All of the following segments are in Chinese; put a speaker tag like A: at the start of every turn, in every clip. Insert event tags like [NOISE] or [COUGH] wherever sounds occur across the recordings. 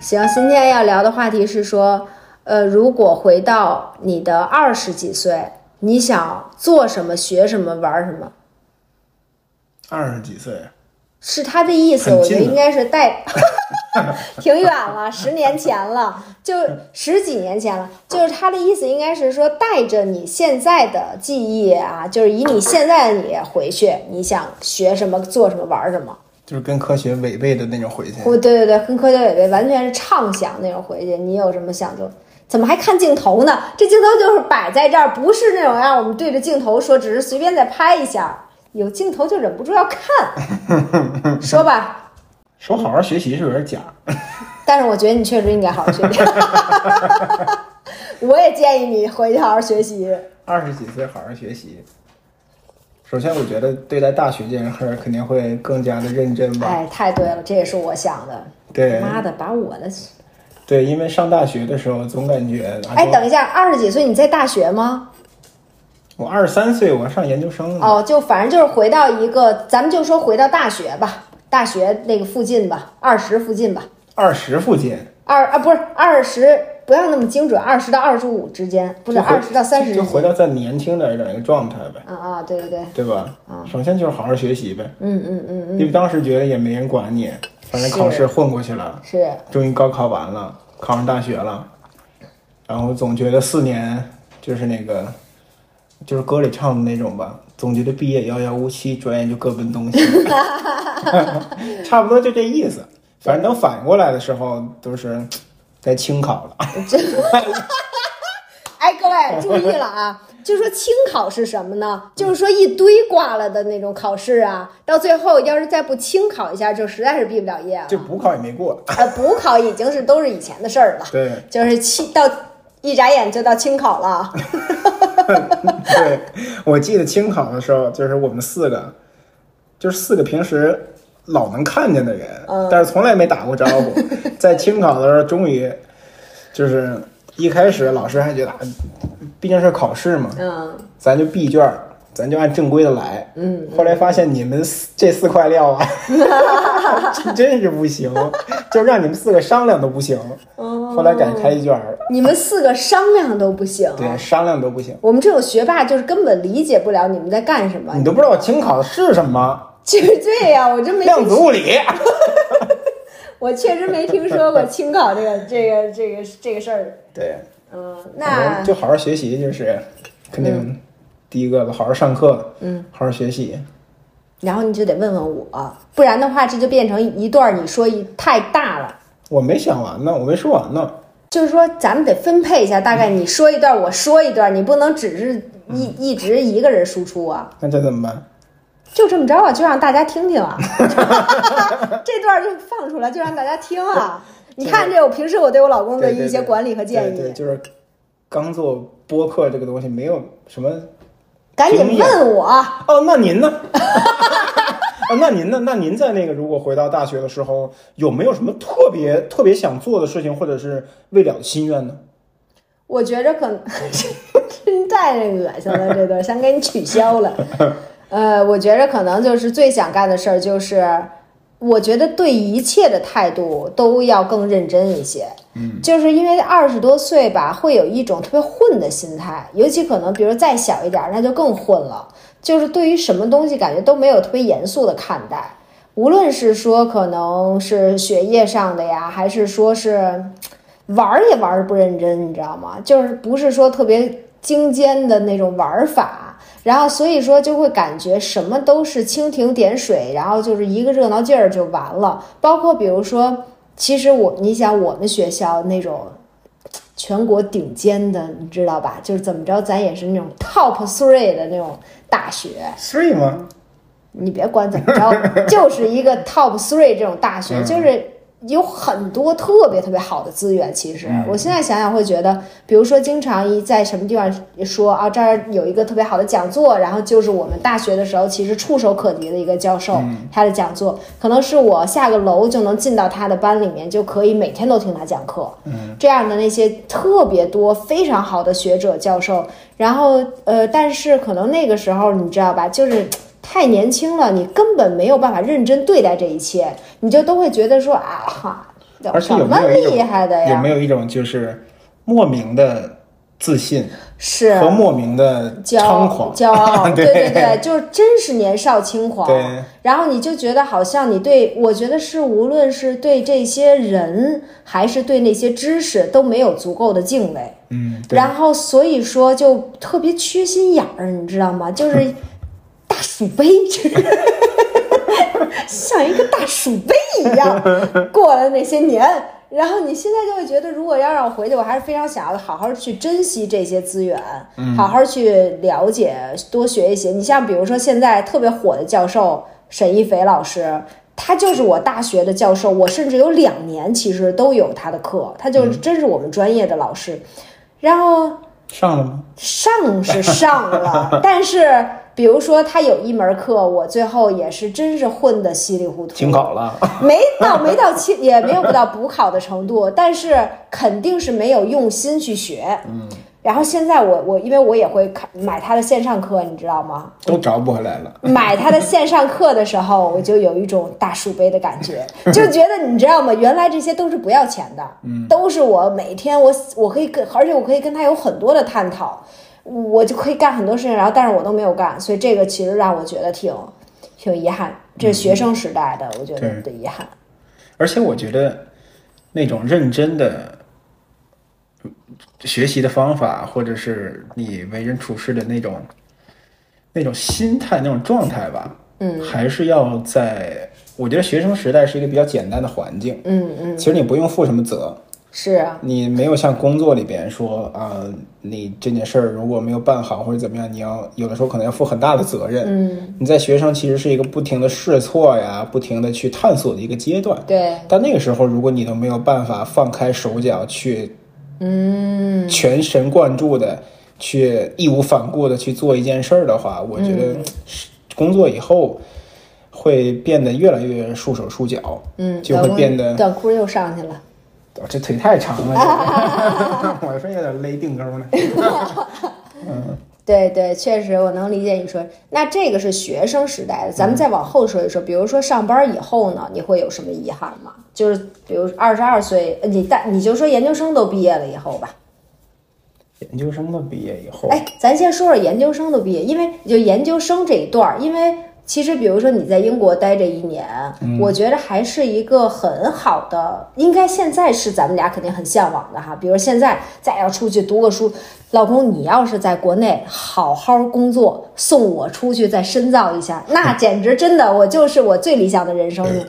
A: 行，今天要聊的话题是说，呃，如果回到你的二十几岁，你想做什么、学什么、玩什么？
B: 二十几岁，
A: 是他的意思，
B: 很
A: 我觉得
B: 近的
A: 应该是带， [LAUGHS] 挺远了，十年前了，就十几年前了，就是他的意思应该是说带着你现在的记忆啊，就是以你现在的你回去，你想学什么、做什么、玩什么。
B: 就是跟科学违背的那种回去。
A: 我对对对，跟科学违背，完全是畅想那种回去。你有什么想做？怎么还看镜头呢？这镜头就是摆在这儿，不是那种让我们对着镜头说，只是随便再拍一下。有镜头就忍不住要看，
B: [LAUGHS]
A: 说吧。
B: 说好好学习是有点假，
A: 但是我觉得你确实应该好好学
B: [LAUGHS]
A: [LAUGHS] 习。我也建议你回去好好学习。
B: 二十几岁好好学习。首先，我觉得对待大学这件事儿肯定会更加的认真吧。
A: 哎，太对了，这也是我想的。
B: 对
A: 妈的，把我的……
B: 对，因为上大学的时候总感觉，啊
A: 哎，等一下，二十几岁你在大学吗？
B: 我二十三岁，我要上研究生了。
A: 哦，就反正就是回到一个，咱们就说回到大学吧，大学那个附近吧，二十附近吧，
B: 二十附近，
A: 二啊不是二十，不要那么精准，二十到二十五之间，不是
B: 就回
A: 二十到三十
B: 就
A: 之
B: 就回
A: 间。
B: 到再年轻点儿的一个状态呗，
A: 啊啊，对对对，
B: 对吧？首先就是好好学习呗，
A: 嗯嗯嗯，
B: 因为当时觉得也没人管你，反正
A: 是
B: 考试混过去了，
A: 是
B: 终于高考完了，考上大学了，然后总觉得四年就是那个，就是歌里唱的那种吧，总觉得毕业遥遥无期，转眼就各奔东西，差不多就这意思。反正等反应过来的时候，都是该清考了。 [LAUGHS]
A: 哎，各位注意了啊！就说清考是什么呢？就是说一堆挂了的那种考试啊，到最后要是再不清考一下，就实在是毕不了业了。
B: 就补考也没过。
A: 呃，补考已经是都是以前的事儿了，
B: 对
A: 就是清到一眨眼就到清考了。
B: 对，我记得清考的时候，就是我们四个，就是四个平时老能看见的人，但是从来没打过招呼。在清考的时候，终于就是一开始老师还觉得，啊毕竟是考试嘛，
A: 嗯。
B: 咱就闭卷儿，咱就按正规的来。嗯，后来发现你们四这四块料 [LAUGHS] 啊，这真是不行，就让你们四个商量都不行。后来改开卷儿，
A: 你们四个商量都不行。
B: 对，商量都不行。
A: 我们这种学霸就是根本理解不了你们在干什么
B: 你。都不知道清考是什么，
A: 就是对呀、我真 [LAUGHS] 没听
B: 量子物理。
A: 我确实没听说过清考这个这个这个这个事儿。
B: [LAUGHS] 对，
A: 嗯，
B: 反
A: 那
B: 正就好好学习，就是肯定第一个吧，好好上课，嗯，好好学习。
A: 然后你就得问问我，不然的话这就变成一段你说一太大了。
B: 我没想完呢，我没说完呢。
A: 就是说，咱们得分配一下，大概你说一段，我说一段，你不能只是一
B: 嗯
A: 一直一个人输出啊，
B: 那这怎么
A: [LAUGHS]
B: 办？
A: 就这么着啊，就让大家听听啊， [LAUGHS] 这段就放出来，就让大家听
B: [LAUGHS]
A: 啊。你看这，我平时我对我老公的
B: 对对
A: 一些
B: 对
A: 管理和建
B: 对对，
A: 议，
B: 就是刚做播客这个东西，没有什么。
A: 赶紧问我。
B: 哦，那您呢？ [LAUGHS] 啊，那您呢？那您在那个如果回到大学的时候，有没有什么特别特别想做的事情，或者是未了的心愿呢？
A: 我觉着可能 [LAUGHS] 真太恶心了，这段想给你取消了。呃，我觉着可能就是最想干的事儿就是，我觉得对一切的态度都要更认真一些。嗯，就是因为二十多岁吧，会有一种特别混的心态，尤其可能比如再小一点儿，那就更混了。就是对于什么东西感觉都没有特别严肃的看待，无论是说可能是学业上的呀，还是说是玩儿也玩儿不认真，你知道吗？就是不是说特别精尖的那种玩儿法，然后所以说就会感觉什么都是蜻蜓点水，然后就是一个热闹劲儿就完了。包括比如说，其实我你想我们学校那种。全国顶尖的，你知道吧？就是怎么着，咱也是那种 top three 的那种大学，
B: 睡吗？
A: 你别管怎么着，就是一个 top three 这种大学，就是有很多特别特别好的资源。其实我现在想想会觉得，比如说经常一在什么地方说啊，这儿有一个特别好的讲座，然后就是我们大学的时候其实触手可及的一个教授，
B: 嗯
A: 他的讲座可能是我下个楼就能进到他的班里面，就可以每天都听他讲课。
B: 嗯
A: 这样的那些特别多非常好的学者教授，然后呃，但是可能那个时候你知道吧，就是。太年轻了，你根本没有办法认真对待这一切，你就都会觉得说啊哈，
B: 而且有没
A: 什么
B: 有一种
A: 厉害的呀？
B: 有没有一种就是莫名的自信
A: 是
B: 和莫名的
A: 骄
B: 猖狂？
A: 骄
B: [LAUGHS]
A: 傲，
B: 对
A: 对对对，就是真是年少轻狂。
B: 对
A: 然后你就觉得好像你对，我觉得是无论是对这些人还是对那些知识都没有足够的敬畏，
B: 嗯，对，
A: 然后所以说就特别缺心眼儿，你知道
B: [LAUGHS]
A: 吗？就是大鼠杯，就是像一个大鼠杯一
B: [LAUGHS]
A: 样，过了那些年。然后你现在就会觉得，如果要让我回去，我还是非常想要好好去珍惜这些资源，
B: 嗯
A: 好好去了解，多学一些。你像比如说现在特别火的教授沈一斐老师，他就是我大学的教授，我甚至有两年其实都有他的课，他就是
B: 嗯
A: 真是我们专业的老师。然后
B: 上了吗？
A: 上是上了，但是比如说他有一门课，我最后也是真是混得稀里糊涂，
B: 停考了，
A: 没到没到期，也没有到补考的程度，但是肯定是没有用心去学。嗯，然后现在我我因为我也会看买他的线上课，你知道吗？
B: [LAUGHS] 都找不回来了。
A: 买他的线上课的时候，我就有一种大鼠杯的感
B: [LAUGHS]
A: 觉，就觉得你知道吗？原来这些都是不要钱的，
B: 嗯
A: 都是我每天我我可以跟，而且我可以跟他有很多的探讨，我就可以干很多事情，然后但是我都没有干，所以这个其实让我觉得挺挺遗憾，这是学生时代的，我觉得
B: 嗯对
A: 的遗憾。
B: 而且我觉得那种认真的学习的方法，或者是你为人处事的那种那种心态、那种状态吧，嗯，还是要在。我觉得学生时代是一个比较简单的环境，
A: 嗯嗯，
B: 其实你不用负什么责，
A: 是啊，
B: 你没有像工作里边说啊、你这件事儿如果没有办好或者怎么样，你要有的时候可能要负很大的责任。嗯，你在学生其实是一个不停的试错呀，不停的去探索的一个阶段。
A: 对，
B: 但那个时候，如果你都没有办法放开手脚去，嗯，全神贯注的去义无反顾的去做一件事儿的话，我觉得是工作以后会变得越来越束手束脚，
A: 嗯，
B: 就会变得
A: 短裤又上去了，
B: 哦这腿太长
A: [LAUGHS]
B: 了，我是有点勒腚沟呢。
A: 对对，确实我能理解你说。那这个是学生时代的，咱们再往后说一说，比如说上班以后呢，你会有什么遗憾吗？就是比如二十二岁，呃你大你就说研究生都毕业了以后吧。
B: 研究生都毕业以后，
A: 哎，咱先说说研究生的毕业，因为就研究生这一段儿，因为其实比如说你在英国待这一年，我觉得还是一个很好的，应该现在是咱们俩肯定很向往的哈。比如现在再要出去读个书，老公，你要是在国内好好工作，送我出去再深造一下，那简直真的我就是我最理想的人生。你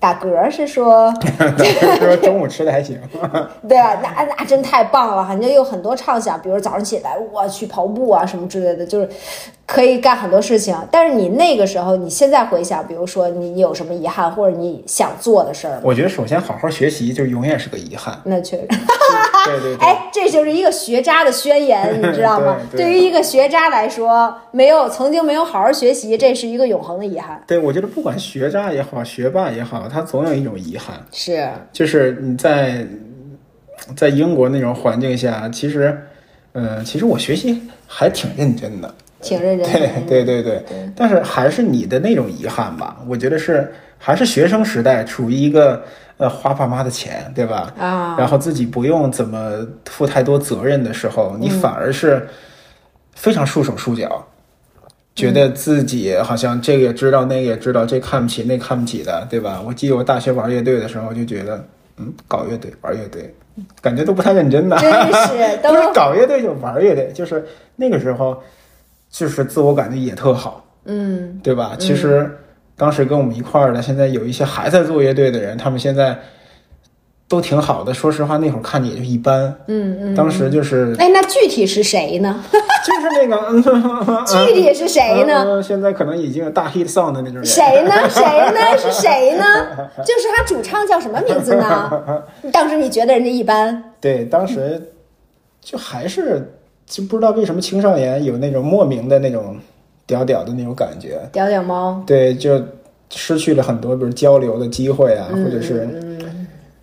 A: 打嗝是说。
B: 说中午吃的还行，
A: 对啊，那那真太棒了哈！你就有很多畅想，比如早上起来我去跑步啊什么之类的，就是可以干很多事情。但是你那个时候，你现在回想，比如说你你有什么遗憾，或者你想做的事儿吗，
B: 我觉得首先好好学习就永远是个遗憾。
A: 那确实，
B: 对对对， [LAUGHS]
A: 哎，这就是一个学渣的宣言，你知道吗？
B: 对对
A: 于一个学渣来说，没有曾经没有好好学习，这是一个永恒的遗憾。
B: 对我觉得不管学渣也好，学霸也好，他总有一种遗憾，
A: 是，
B: 就是你在在英国那种环境下，其实，呃，其实我学习还挺认真的。
A: 挺认真的
B: 对。对对对，但是还是你的那种遗憾吧，我觉得是还是学生时代处于一个呃花爸妈的钱，对吧？
A: 啊，
B: 然后自己不用怎么负太多责任的时
A: 嗯
B: 候，你反而是非常束手束脚，觉得自己好像这个也知道，那个也知道，这看不起那看不起的，对吧？我记得我大学玩乐队的时候就觉得，嗯，搞乐队玩乐队，感觉都不太认真的，
A: 真是哎都
B: 不是搞乐队就玩乐队，就是那个时候，就是自我感觉也特好，
A: 嗯，
B: 对吧？其实当时跟我们一块儿的，现在有一些还在做乐队的人，他们现在都挺好的。说实话，那会儿看着也就一般。嗯嗯。当时就是
A: 哎，那具体是谁
B: [LAUGHS]
A: 呢？
B: 就是
A: [LAUGHS]
B: 那个，嗯
A: 具体是谁呢？？
B: 嗯嗯现在可能已经有大 hit song 的那种人。
A: 谁呢？谁呢？是谁呢？就是他主唱叫什么名字呢？当时你觉得人家一般，
B: 对，当时就还是就不知道为什么青少年有那种莫名的那种屌屌的那种感觉。
A: 屌屌猫，
B: 对，就失去了很多，比如交流的机会啊，或者是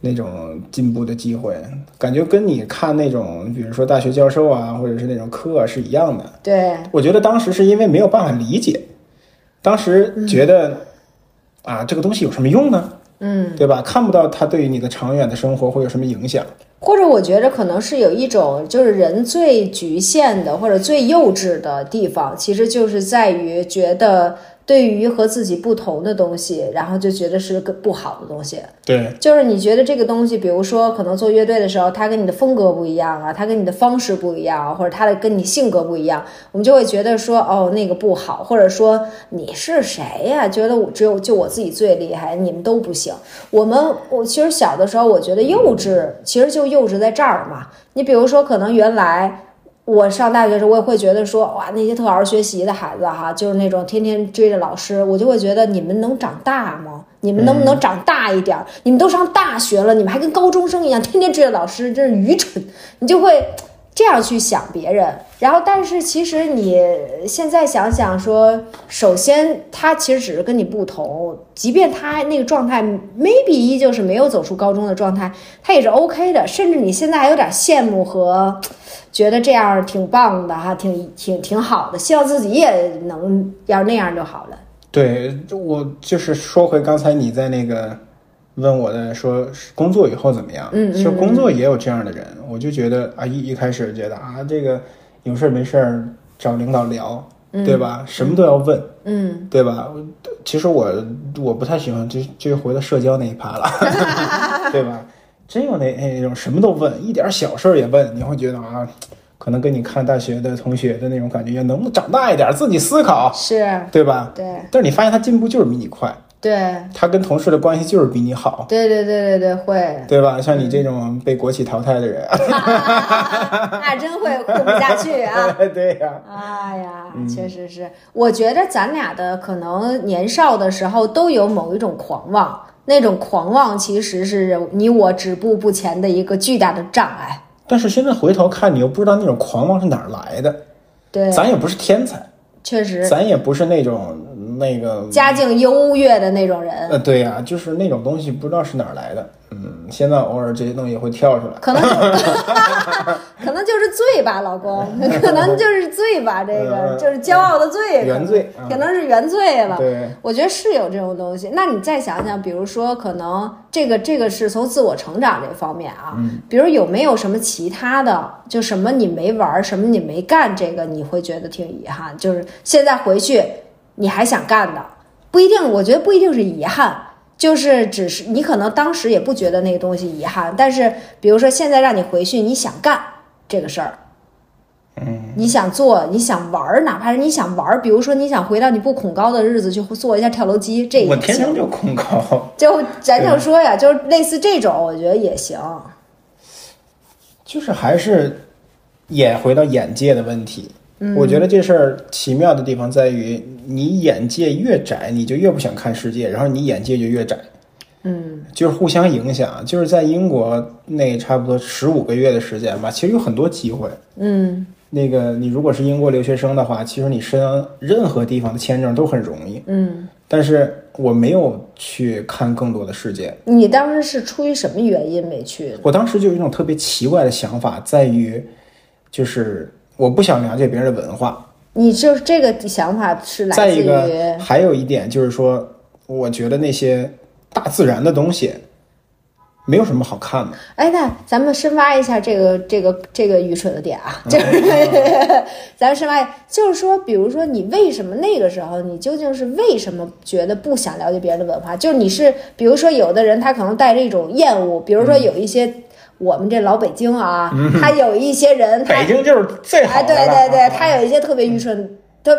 B: 那种进步的机会，啊感觉跟你看那种，比如说大学教授啊，或者是那种课、啊、是一样的。
A: 对，
B: 我觉得当时是因为没有办法理解，当时觉得、啊，这个东西有什么用呢？嗯，对吧？看不到它对于你的长远的生活会有什么影响。
A: 或者我觉着可能是有一种，就是人最局限的或者最幼稚的地方，其实就是在于觉得对于和自己不同的东西，然后就觉得是个不好的东西。
B: 对，
A: 就是你觉得这个东西，比如说可能做乐队的时候，他跟你的风格不一样啊，他跟你的方式不一样啊，或者他的跟你性格不一样，我们就会觉得说哦那个不好，或者说你是谁呀、觉得我只有就我自己最厉害，你们都不行。我们我其实小的时候，我觉得幼稚其实就幼稚在这儿嘛。你比如说，可能原来。我上大学的时候，我也会觉得说，哇，那些特好好学习的孩子哈，就是那种天天追着老师，我就会觉得你们能长大吗？你们能不能长大一点儿？你们都上大学了，你们还跟高中生一样，天天追着老师，真是愚蠢。你就会这样去想别人。然后，但是其实你现在想想说，首先他其实只是跟你不同，即便他那个状态 maybe 依旧是没有走出高中的状态，他也是 OK 的，甚至你现在还有点羡慕和觉得这样挺棒的哈，挺挺挺好的，希望自己也能要那样就好了。
B: 对我就是说回刚才你在那个问我的说工作以后怎么样？
A: 嗯嗯
B: 其实工作也有这样的人，我就觉得啊，一一开始觉得啊，这个有事儿没事儿找领导聊，对吧？什么都要问，
A: 嗯，
B: 对吧？我其实我我不太喜欢这这就回到社交那一趴了， [LAUGHS] 对吧？真有那哎那种什么都问，一点小事儿也问，你会觉得啊，可能跟你看大学的同学的那种感觉，能不能长大一点，自己思考，
A: 是，
B: 对吧？
A: 对
B: 但是你发现他进步就是比你快，
A: 对
B: 他跟同事的关系就是比你好，
A: 对对对对对，会。 [LAUGHS]
B: 对吧？像你这种被国企淘汰的人，
A: 那真会混不下去啊！ [LAUGHS]
B: [LAUGHS] 对呀、
A: 哎呀，
B: 嗯
A: 确实是，我觉得咱俩的可能年少的时候都有某一种狂妄，那种狂妄其实是你我止步不前的一个巨大的障碍。
B: 但是现在回头看，你又不知道那种狂妄是哪儿来的。
A: 对，
B: 咱也不是天才，
A: 确实
B: 咱也不是那种那个，
A: 家境优越的那种人，
B: 呃，对呀、就是那种东西不知道是哪儿来的。嗯，现在偶尔这些东西会跳出来。
A: 可能 [LAUGHS] 就可能就是罪吧，老公， [LAUGHS] 可能就是罪吧，这个
B: 嗯
A: 就是骄傲的罪，可能
B: 原罪嗯
A: 可能是原罪了。
B: 对，
A: 我觉得是有这种东西。那你再想想，比如说，可能这个这个是从自我成长这方面啊，
B: 嗯
A: 比如有没有什么其他的，就什么你没玩儿，什么你没干，这个你会觉得挺遗憾，就是现在回去你还想干的，不一定，我觉得不一定是遗憾。就是只是你可能当时也不觉得那个东西遗憾，但是比如说现在让你回去，你想干这个事儿，
B: 嗯
A: 你想做，你想玩儿，哪怕是你想玩儿，比如说你想回到你不恐高的日子去做一下跳楼机，这
B: 我
A: 也
B: 天生
A: 行。
B: 就恐高，
A: 就咱就说呀，就是类似这种，我觉得也行。
B: 就是还是也回到眼界的问题。
A: 嗯
B: 我觉得这事儿奇妙的地方在于，你眼界越窄，你就越不想看世界，然后你眼界就越窄。
A: 嗯，
B: 就是互相影响。就是在英国那差不多十五个月的时间吧，其实有很多机会。
A: 嗯
B: 那个你如果是英国留学生的话，其实你申任何地方的签证都很容易。
A: 嗯，
B: 但是我没有去看更多的世界，
A: 你当时是出于什么原因没去呢？
B: 我当时就有一种特别奇怪的想法，在于就是我不想了解别人的文化。
A: 你就是这个想法是来
B: 再
A: 自
B: 一
A: 于
B: 个，还有一点就是说，我觉得那些大自然的东西没有什么好看的。
A: 哎，那咱们深挖一下这个这个这个愚蠢的点啊，就是
B: 嗯
A: [LAUGHS] 咱们深挖一下，就是说，比如说你为什么那个时候你究竟是为什么觉得不想了解别人的文化？就是你是，比如说有的人他可能带着一种厌恶，比如说
B: 嗯
A: 有一些、我们这老北京啊，他有一些人他
B: 北京就是最好
A: 哎，
B: 的
A: 对
B: 了、嗯啊
A: 对对，他有一些特别愚蠢，他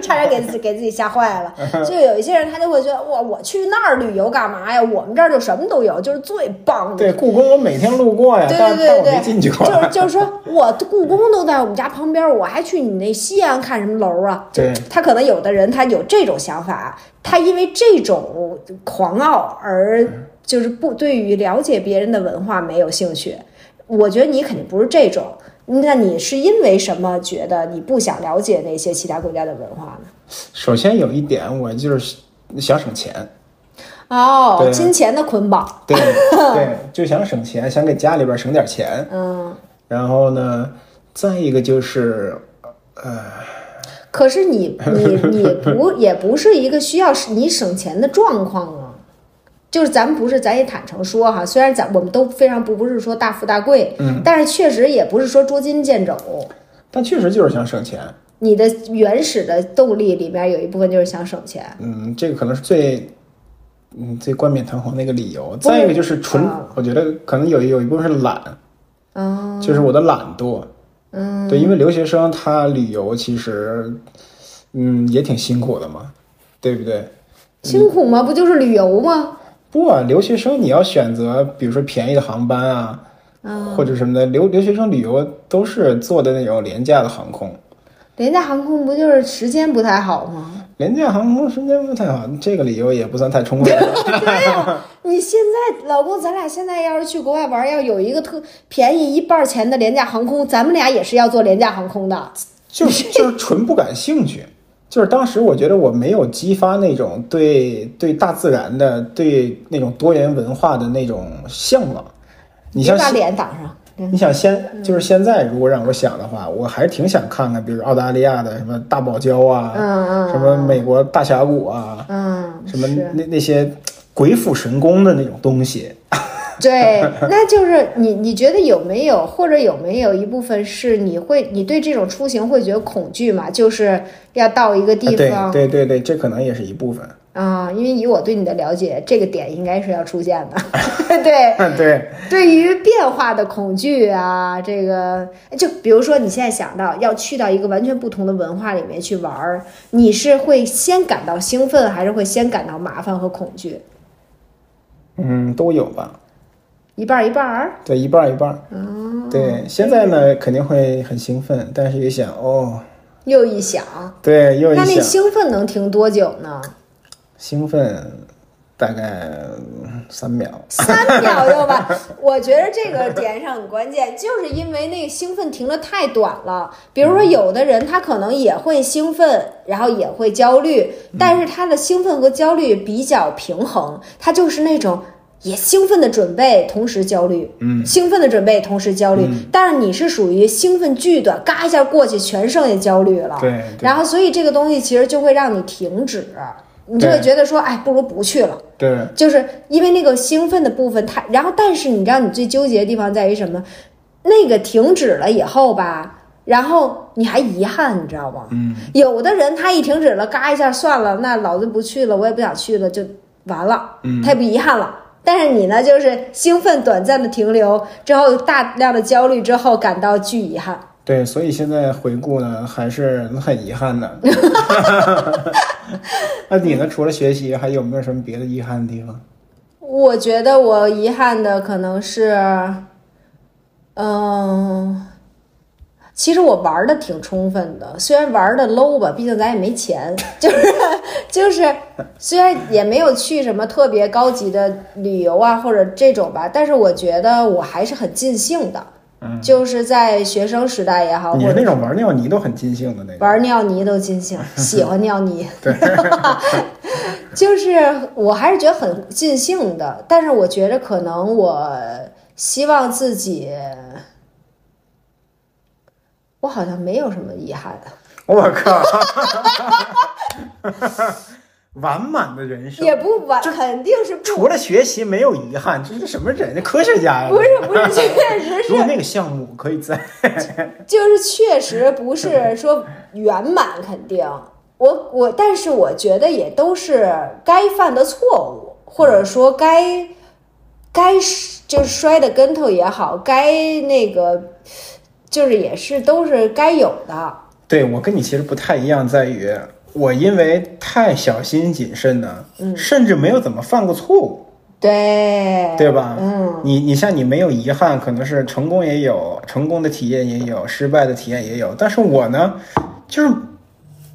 A: 差点给自己给自己吓坏
B: 嗯
A: 了。就有一些人，他就会觉得哇，我去那儿旅游干嘛呀？我们这儿就什么都有，就是最棒的
B: 对，故宫我每天路过呀，
A: 对
B: 但
A: 对
B: 但
A: 对
B: 我没
A: 对，
B: 进去过。
A: 就是就是说，我故宫都在我们家旁边，我还去你那西安看什么楼啊？就
B: 对
A: 他可能有的人他有这种想法，啊他因为这种狂傲而就是不对于了解别人的文化没有兴趣。我觉得你肯定不是这种，那你是因为什么觉得你不想了解那些其他国家的文化呢？
B: 首先有一点，我就是想省钱，
A: 哦，
B: 对
A: 金钱的捆绑， [LAUGHS]
B: 对对，就想省钱，想给家里边省点钱。
A: 嗯。
B: 然后呢，再一个就是，呃，
A: 可是你你你不也不是一个需要你省钱的状况啊，就是咱们不是，咱也坦诚说哈，虽然咱我们都非常不不是说大富大贵，嗯，但是确实也不是说捉襟见肘。
B: 但确实就是想省钱。
A: 你的原始的动力里面有一部分就是想省钱，
B: 嗯，这个可能是最，嗯，最冠冕堂皇的一个理由。再一个就是纯，
A: 啊
B: 我觉得可能有有一部分是懒，
A: 啊，
B: 就是我的懒惰。嗯，对，因为留学生他旅游其实，嗯，也挺辛苦的嘛，对不对？
A: 辛苦吗？不就是旅游吗？
B: 不啊，留学生你要选择，比如说便宜的航班啊，
A: 啊，
B: 或者什么的，留留学生旅游都是坐的那种廉价的航空。
A: 廉价航空不就是时间不太好吗？
B: 廉价航空时间不太好，这个理由也不算太充分。
A: 对呀、你现在老公，咱俩现在要是去国外玩，要有一个特便宜一半钱的廉价航空，咱们俩也是要坐廉价航空的。 [LAUGHS]
B: 就是就是纯不感兴趣。就是当时我觉得我没有激发那种对对大自然的、对那种多元文化的那种向往。你像
A: 别把
B: 现
A: 脸挡上，嗯
B: 你想现就是现在，如果让我想的话，我还是挺想看看，比如澳大利亚的什么大堡礁啊，
A: 嗯嗯
B: 什么美国大峡谷啊，
A: 嗯，
B: 什么 [LAUGHS]
A: 是
B: 那那些鬼斧神工的那种东西。
A: 对，那就是你，你觉得有没有，或者有没有一部分是你会，你对这种出行会觉得恐惧嘛？就是要到一个地
B: 啊
A: 方
B: 对对对对，这可能也是一部分。 [LAUGHS]
A: 啊、因为以我对你的了解，这个点应该是要出现的。 [LAUGHS] 对，
B: 对，
A: 对于变化的恐惧啊，这个就比如说你现在想到要去到一个完全不同的文化里面去玩儿，你是会先感到兴奋，还是会先感到麻烦和恐惧？
B: 嗯，都有吧。
A: 一半儿一半儿。
B: 对，一半儿一半。嗯，
A: 哦
B: 对，现在呢肯定会很兴奋，但是也想哦，
A: 又一想，
B: 对，又一
A: 那那
B: 想
A: 兴奋能停多久呢？
B: 兴奋，大概嗯三秒。
A: 三秒就完。我觉得这个点上很关键，就是因为那个兴奋停的太短了。比如说，有的人他可能也会兴奋，然后也会焦虑，但是他的兴奋和焦虑比较平衡，他就是那种。也兴奋的准备，同时焦虑。嗯，兴奋的准备，同时焦虑。
B: 嗯
A: 但是你是属于兴奋巨短，嘎一下过去，全剩下焦虑了。
B: 对对
A: 然后，所以这个东西其实就会让你停止，你就会
B: 对
A: 觉得说，哎，不如不去了。
B: 对，
A: 就是因为那个兴奋的部分太，然后但是你知道你最纠结的地方在于什么？那个停止了以后吧，然后你还遗憾，你知道吗？嗯，有的人他一停止了，嘎一下算了，那老子不去了，我也不想去了，就完了，嗯，他也不遗憾了。但是你呢，就是兴奋短暂的停留之后，大量的焦虑之后，感到巨遗憾。
B: 对，所以现在回顾呢，还是很遗
A: [LAUGHS]
B: 憾的。那你呢？除了学习，还有没有什么别的遗憾的地方？
A: 我觉得我遗憾的可能是，嗯，其实我玩的挺充分的，虽然玩的 low 吧，毕竟咱也没钱， [LAUGHS] 就是就是，虽然也没有去什么特别高级的旅游啊或者这种吧，但是我觉得我还是很尽兴的，就是在学生时代也好，
B: 你
A: 或
B: 是
A: 者
B: 那种玩尿泥都很尽兴的那种。
A: 玩尿泥都尽兴，喜欢尿泥。对， [LAUGHS] 就是我还是觉得很尽兴的，但是我觉得可能我希望自己，我好像没有什么遗憾。
B: 我
A: [LAUGHS]
B: 靠！完满的人生，
A: 也不完，肯定是不
B: 除了学习没有遗憾，这是什么人？科学家呀！
A: 不是不是，确实
B: [LAUGHS] 如果
A: 是
B: 那个项目可以在，
A: 就是确实不是说圆满，肯定我我，但是我觉得也都是该犯的错误，或者
B: 嗯
A: 说该该就是摔的跟头也好，该那个就是也是都是该有的。
B: [LAUGHS] 对我跟你其实不太一样，在于我因为太小心谨慎呢，甚至没有怎么犯过错误，
A: 对
B: 对吧？
A: 嗯，
B: 你你像你没有遗憾，可能是成功也有，成功的体验也有，失败的体验也有，但是我呢，就是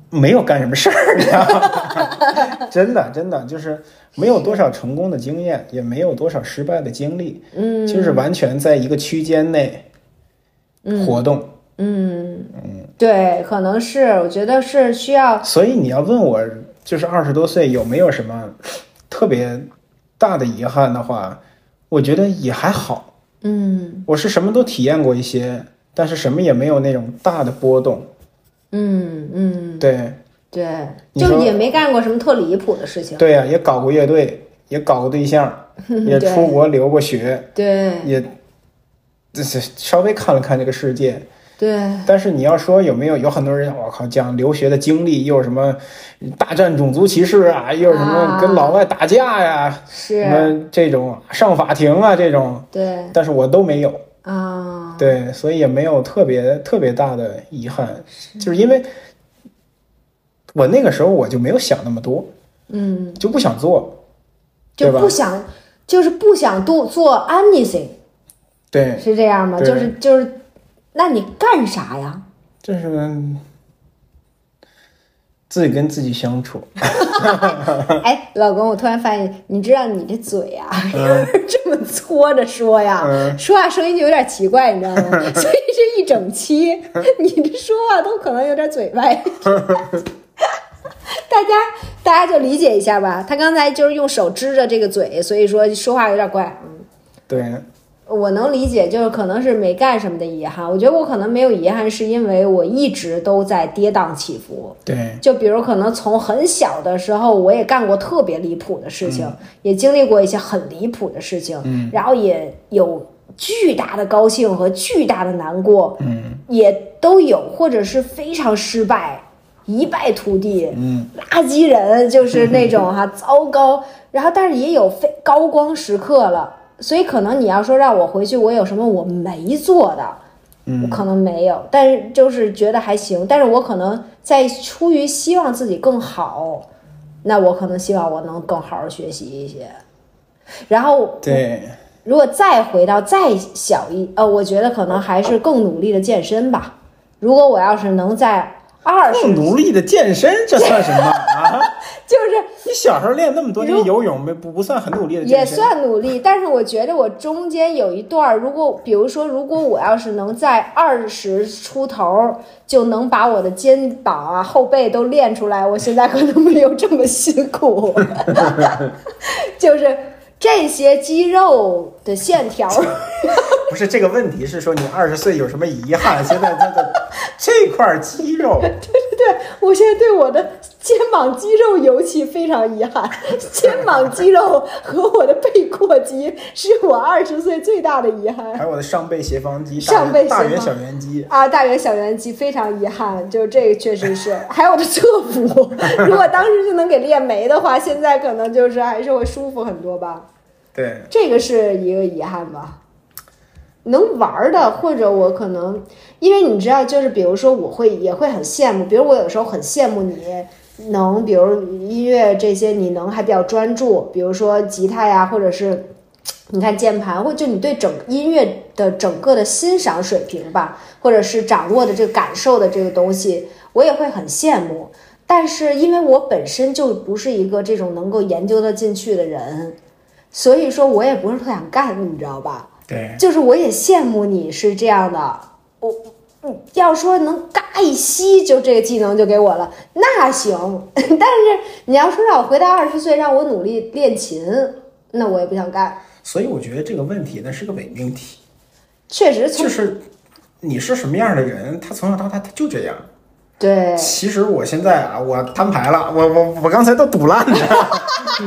B: 没有干什么事儿呀， [LAUGHS] 真的真的就是没有多少成功的经验，也没有多少失败的经历，
A: 嗯
B: 就是完全在一个区间内活动。
A: 嗯，对，可能是我觉得是需要
B: 所以你要问我，就是二十多岁有没有什么特别大的遗憾的话，我觉得也还好。
A: 嗯
B: 我是什么都体验过一些，但是什么也没有那种大的波动。
A: 嗯嗯，
B: 对
A: 对，
B: 你
A: 就
B: 说
A: 也没干过什么特离谱的事情。
B: 对呀、也搞过乐队，也搞过对象，也
A: [LAUGHS] 对
B: 出国留过学，
A: 对
B: 也这是稍微看了看这个世界。
A: 对，
B: 但是你要说有没有，有很多人我靠讲留学的经历，又什么大战种族歧视啊，又什么
A: 啊
B: 跟老外打架呀、什
A: 是，
B: 么这种上法庭啊这种，
A: 对
B: 但是我都没有。
A: 啊，
B: 对，所以也没有特别特别大的遗憾，就是因为我那个时候我就没有想那么多，
A: 嗯，
B: 就不想做。
A: 就
B: 对吧
A: 不想，就是不想做做 anything，
B: 对，
A: 是这样吗？
B: 对
A: 就是就是，那你干啥
B: [LAUGHS]
A: 呀？
B: 这是自己跟自己相处。
A: 哎，老公，我突然发现，你知道你这嘴呀、 [LAUGHS] 这么搓着说呀，
B: 嗯
A: 说话声音就有点奇怪，你知道
B: [LAUGHS]
A: 吗？所以这一整期，你这说话都可能有点嘴
B: [LAUGHS]
A: 歪。大家，大家就理解一下吧。他刚才就是用手支着这个嘴，所以说说话有点怪。嗯
B: 对，
A: 我能理解，就是可能是没干什么的遗憾。我觉得我可能没有遗憾，是因为我一直都在跌宕起伏。
B: 对，
A: 就比如可能从很小的时候，我也干过特别离谱的事情，
B: 嗯
A: 也经历过一些很离谱的事情，然后也有巨大的高兴和巨大的难过，
B: 嗯
A: 也都有，或者是非常失败，一败涂地，
B: 嗯，
A: 垃圾人就是那种哈、 [LAUGHS] 糟糕。然后，但是也有非高光时刻了，所以可能你要说让我回去，我有什么我没做的，
B: 嗯
A: 我可能没有，但是就是觉得还行。但是我可能在出于希望自己更好，那我可能希望我能更好好学习一些。然后
B: 对，
A: 如果再回到再小一，呃，我觉得可能还是更努力的健身吧。如果我要是能在二十，
B: 更努力的健身，这算什
A: [LAUGHS]
B: 么啊？
A: 就是
B: 你小时候练那么多年游泳，没不不算很努力的健
A: 也
B: 身？
A: 算努力，但是我觉得我中间有一段儿，如果比如说，如果我要是能在二十出头儿就能把我的肩膀啊、后背都练出来，我现在可能没有这么辛苦。就是这些肌肉的线条。
B: 不是这个问题是说你二十岁有什么遗憾？现在这个这块肌肉，
A: 对 [LAUGHS] 我现在对我的肩膀肌肉尤其非常遗憾，肩膀肌肉和我的背阔肌是我二十岁最大的遗憾
B: 还有我的上背斜方肌、
A: 上背
B: 大
A: 斜
B: 圆
A: 方
B: 小圆肌，
A: 啊！大圆小圆肌非常遗憾，就这个确实是，还有我的侧腹， [LAUGHS] 如果当时就能给练没的话，现在可能就是还是会舒服很多吧，
B: 对。
A: 这个是一个遗憾吧。能玩儿的，或者我可能，因为你知道，就是比如说，我会也会很羡慕，比如我有时候很羡慕你能，比如音乐这些，你能还比较专注，比如说吉他呀，或者是你看键盘，或就你对整音乐的整个的欣赏水平吧，或者是掌握的这个感受的这个东西，我也会很羡慕。但是因为我本身就不是一个这种能够研究得进去的人，所以说我也不是特想干，你知道吧？
B: 对，
A: 就是我也羡慕你是这样的，我嗯要说能嘎一吸就这个技能就给我了，那行。 [LAUGHS] 但是你要说让我回到二十岁，让我努力练琴，那我也不想干。
B: 所以我觉得这个问题呢是个伪命题，
A: 确实从，
B: 就是你是什么样的人，他从小到大他就这样。
A: 对，
B: 其实我现在啊，我摊牌了，我我我刚才都赌烂了， [LAUGHS] 你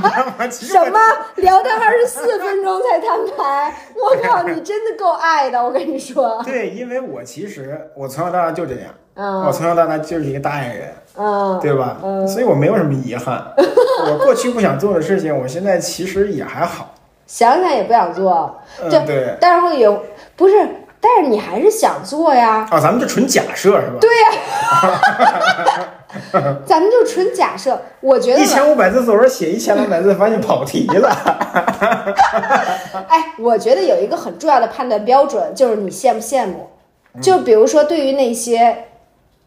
B: 知道吗？其实
A: 什
B: 我
A: 么聊到二十四分钟才摊牌，我靠，你真的够爱的，我跟你说，
B: 对，因为我其实我从小到大就这样，我
A: 嗯
B: 从小到大就是一个大爱人，
A: 嗯，
B: 对吧？
A: 嗯
B: 所以我没有什么
A: [LAUGHS]
B: 遗憾。我过去不想做的事情，我现在其实也还好。
A: 想想也不想做，
B: 嗯，
A: 就
B: 对。
A: 但是也不是，但是你还是想做呀，
B: 啊，咱们这纯假设是吧？对，
A: 咱们就纯假设，我觉得
B: 一千五百字作文写一千两百字，发现跑题
A: [LAUGHS]
B: 了。
A: 吧，哎，我觉得有一个很重要的判断标准，就是你羡不羡慕。就比如说，对于那些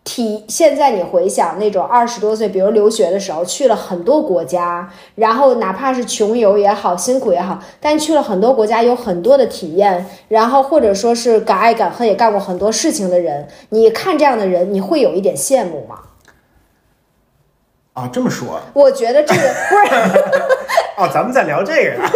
A: 体，现在你回想那种二十多岁，比如留学的时候，去了很多国家，然后哪怕是穷游也好，辛苦也好，但去了很多国家，有很多的体验，然后或者说是敢爱敢恨，也干过很多事情的人，你看这样的人，你会有一点羡慕吗？
B: 啊，这么说
A: 我觉得这个不是。
B: 啊，咱们在聊这个呀。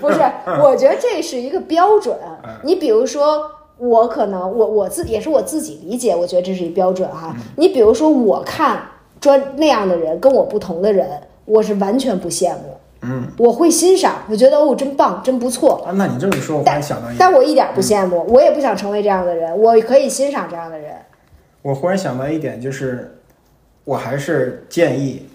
A: 不是，我觉得这是一个标准。
B: 嗯
A: 你比如说，我可能我我自也是我自己理解，我觉
B: 嗯
A: 得这是一标准哈、你比如说，我看专那样的人跟我不同的人，我是完全不羡慕，
B: 嗯，
A: 我会欣赏，我觉得哦，真棒，真不错。
B: 啊，那你这么说，我还想到一点，
A: 但我一点不羡慕，我也不想成为这样的人，我可以欣赏这样的人。
B: 我忽然想到一点，就是我还是建议，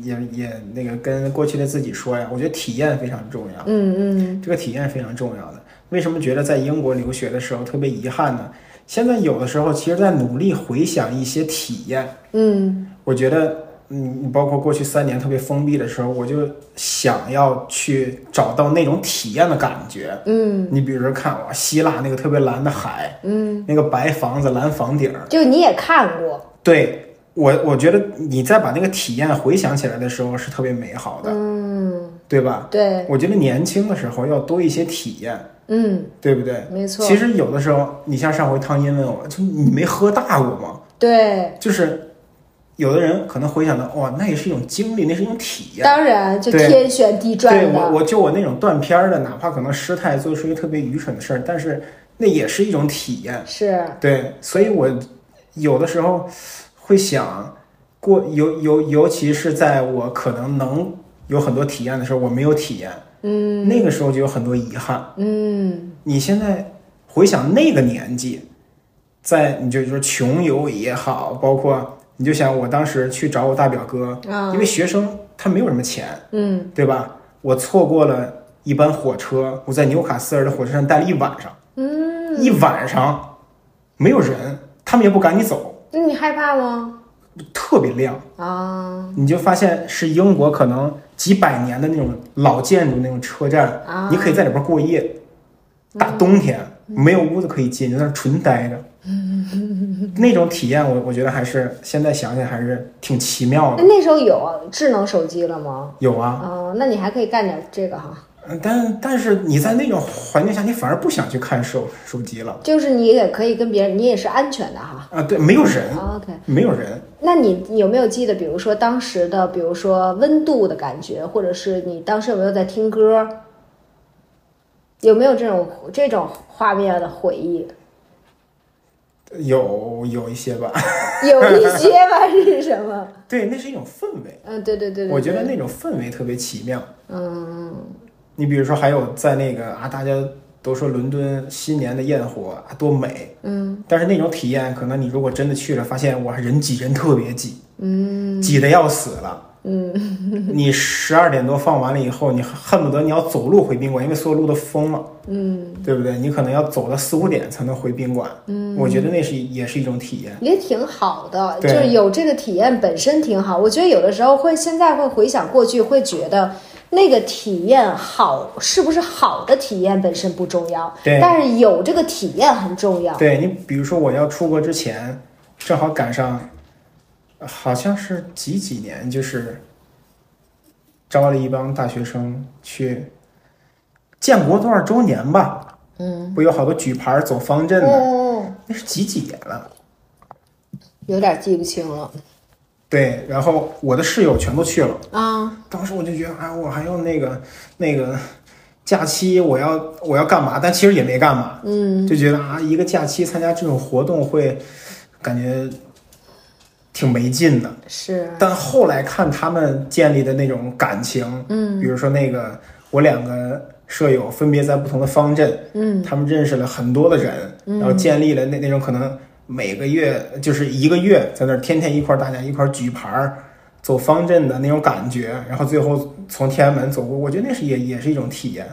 B: 也也那个跟过去的自己说呀，我觉得体验非常重要，
A: 嗯嗯，
B: 这个体验非常重要的。为什么觉得在英国留学的时候特别遗憾呢？现在有的时候，其实在努力回想一些体验，
A: 嗯
B: 我觉得，嗯，你包括过去三年特别封闭的时候，我就想要去找到那种体验的感觉。
A: 嗯
B: 你比如说看哇，希腊那个特别蓝的海，
A: 嗯，
B: 那个白房子、蓝房顶儿，
A: 就你也看过，
B: 对我，我觉得你再把那个体验回想起来的时候是特别美好的，
A: 嗯，
B: 对吧？
A: 对，
B: 我觉得年轻的时候要多一些体验，
A: 嗯，
B: 对不对？
A: 没错
B: 其，实有的时候，你像上回汤因问我，就你没喝大过吗？
A: 对，
B: 就是有的人可能回想到，哇，那也是一种经历，那是一种体验。
A: 当然就
B: 对
A: 天旋地
B: 对
A: 转
B: 我，
A: 的，
B: 我就我那种断片儿的，哪怕可能失态做出一个特别愚蠢的事儿，但是那也是一种体验。
A: 是，
B: 对，所以我有的时候会想过，尤尤尤其是在我可能能有很多体验的时候，我没有体验，
A: 嗯
B: 那个时候就有很多遗憾。
A: 嗯，
B: 你现在回想那个年纪，在你就说穷游也好，包括你就想我当时去找我大表哥，
A: 啊
B: 因，为学生他没有什么钱。
A: 嗯，
B: 对吧？我错过了一班火车，我在纽卡斯尔的火车站待了一晚上，嗯，一晚上没有人，他们也不赶你走，
A: 那你害怕吗？
B: 特别亮，
A: 啊
B: 你就发现是英国可能几百年的那种老建筑那种车站，
A: 啊，嗯
B: 你可以在里边过夜，大冬天没有屋子可以进，就在那儿纯
A: [LAUGHS]
B: 待着。那种体验我，我觉得还是现在想想还是挺奇妙
A: 那
B: 的。
A: 那时候有啊智能手机了吗？
B: 有啊，
A: 啊，那你还可以干点这个哈，
B: 嗯，但但是你在那种环境下，你反而不想去看手手机了
A: 就是你也可以跟别人，你也是安全的哈。
B: 啊！对，没有人，
A: 啊 OK，
B: 没有人，
A: 那你有没有记得，比如说当时的，比如说温度的感觉，或者是你当时有没有在听歌？有没有这种这种画面的回忆？ [LAUGHS]
B: 有有一些吧。
A: 有一些吧，是什么？
B: 对，那是一种氛围，
A: 嗯，对对对对对，
B: 我觉得那种氛围特别奇妙。
A: 嗯，
B: 你比如说，还有在那个啊，大家都说伦敦新年的焰火啊多美，
A: 嗯
B: 但是那种体验，可能你如果真的去了，发现哇，人挤人特别挤，
A: 嗯
B: 挤得要死了。嗯， [LAUGHS] 你十二点多放完了以后，你恨不得你要走路回宾馆，因为所有路都封了。
A: 嗯，
B: 对不对？你可能要走到四五点才能回宾馆。嗯，我觉得那是也是一种体验。
A: 也挺好的，就
B: 对
A: 是有这个体验本身挺好。我觉得有的时候会现在会回想过去，会觉得那个体验好是不是好的体验本身不重要，
B: 对
A: 但是有这个体验很重要。
B: 对你，比如说我要出国之前，正好赶上，好像是几几年，就是招了一帮大学生去建国多少周年吧？嗯，不有好多举牌走方阵的，
A: 哦，
B: 那是几几年了？
A: 有点记不清了
B: 对，然后我的室友全都去了。
A: 啊。
B: 当时我就觉得，哎，我还要那个那个假期，我要我要干嘛？但其实也没干嘛，嗯，就觉得啊，一个假期参加这种活动会感觉挺没劲的。
A: 是，
B: 但后来看他们建立的那种感情，嗯，比如说那个我两个舍友分别在不同的方阵，
A: 嗯，
B: 他们认识了很多的人，然后建立了那那种可能每个月就是一个月在那儿天天一块儿大家一块儿举牌儿走方阵的那种感觉，然后最后从天安门走过，我觉得那是也也是一种体验。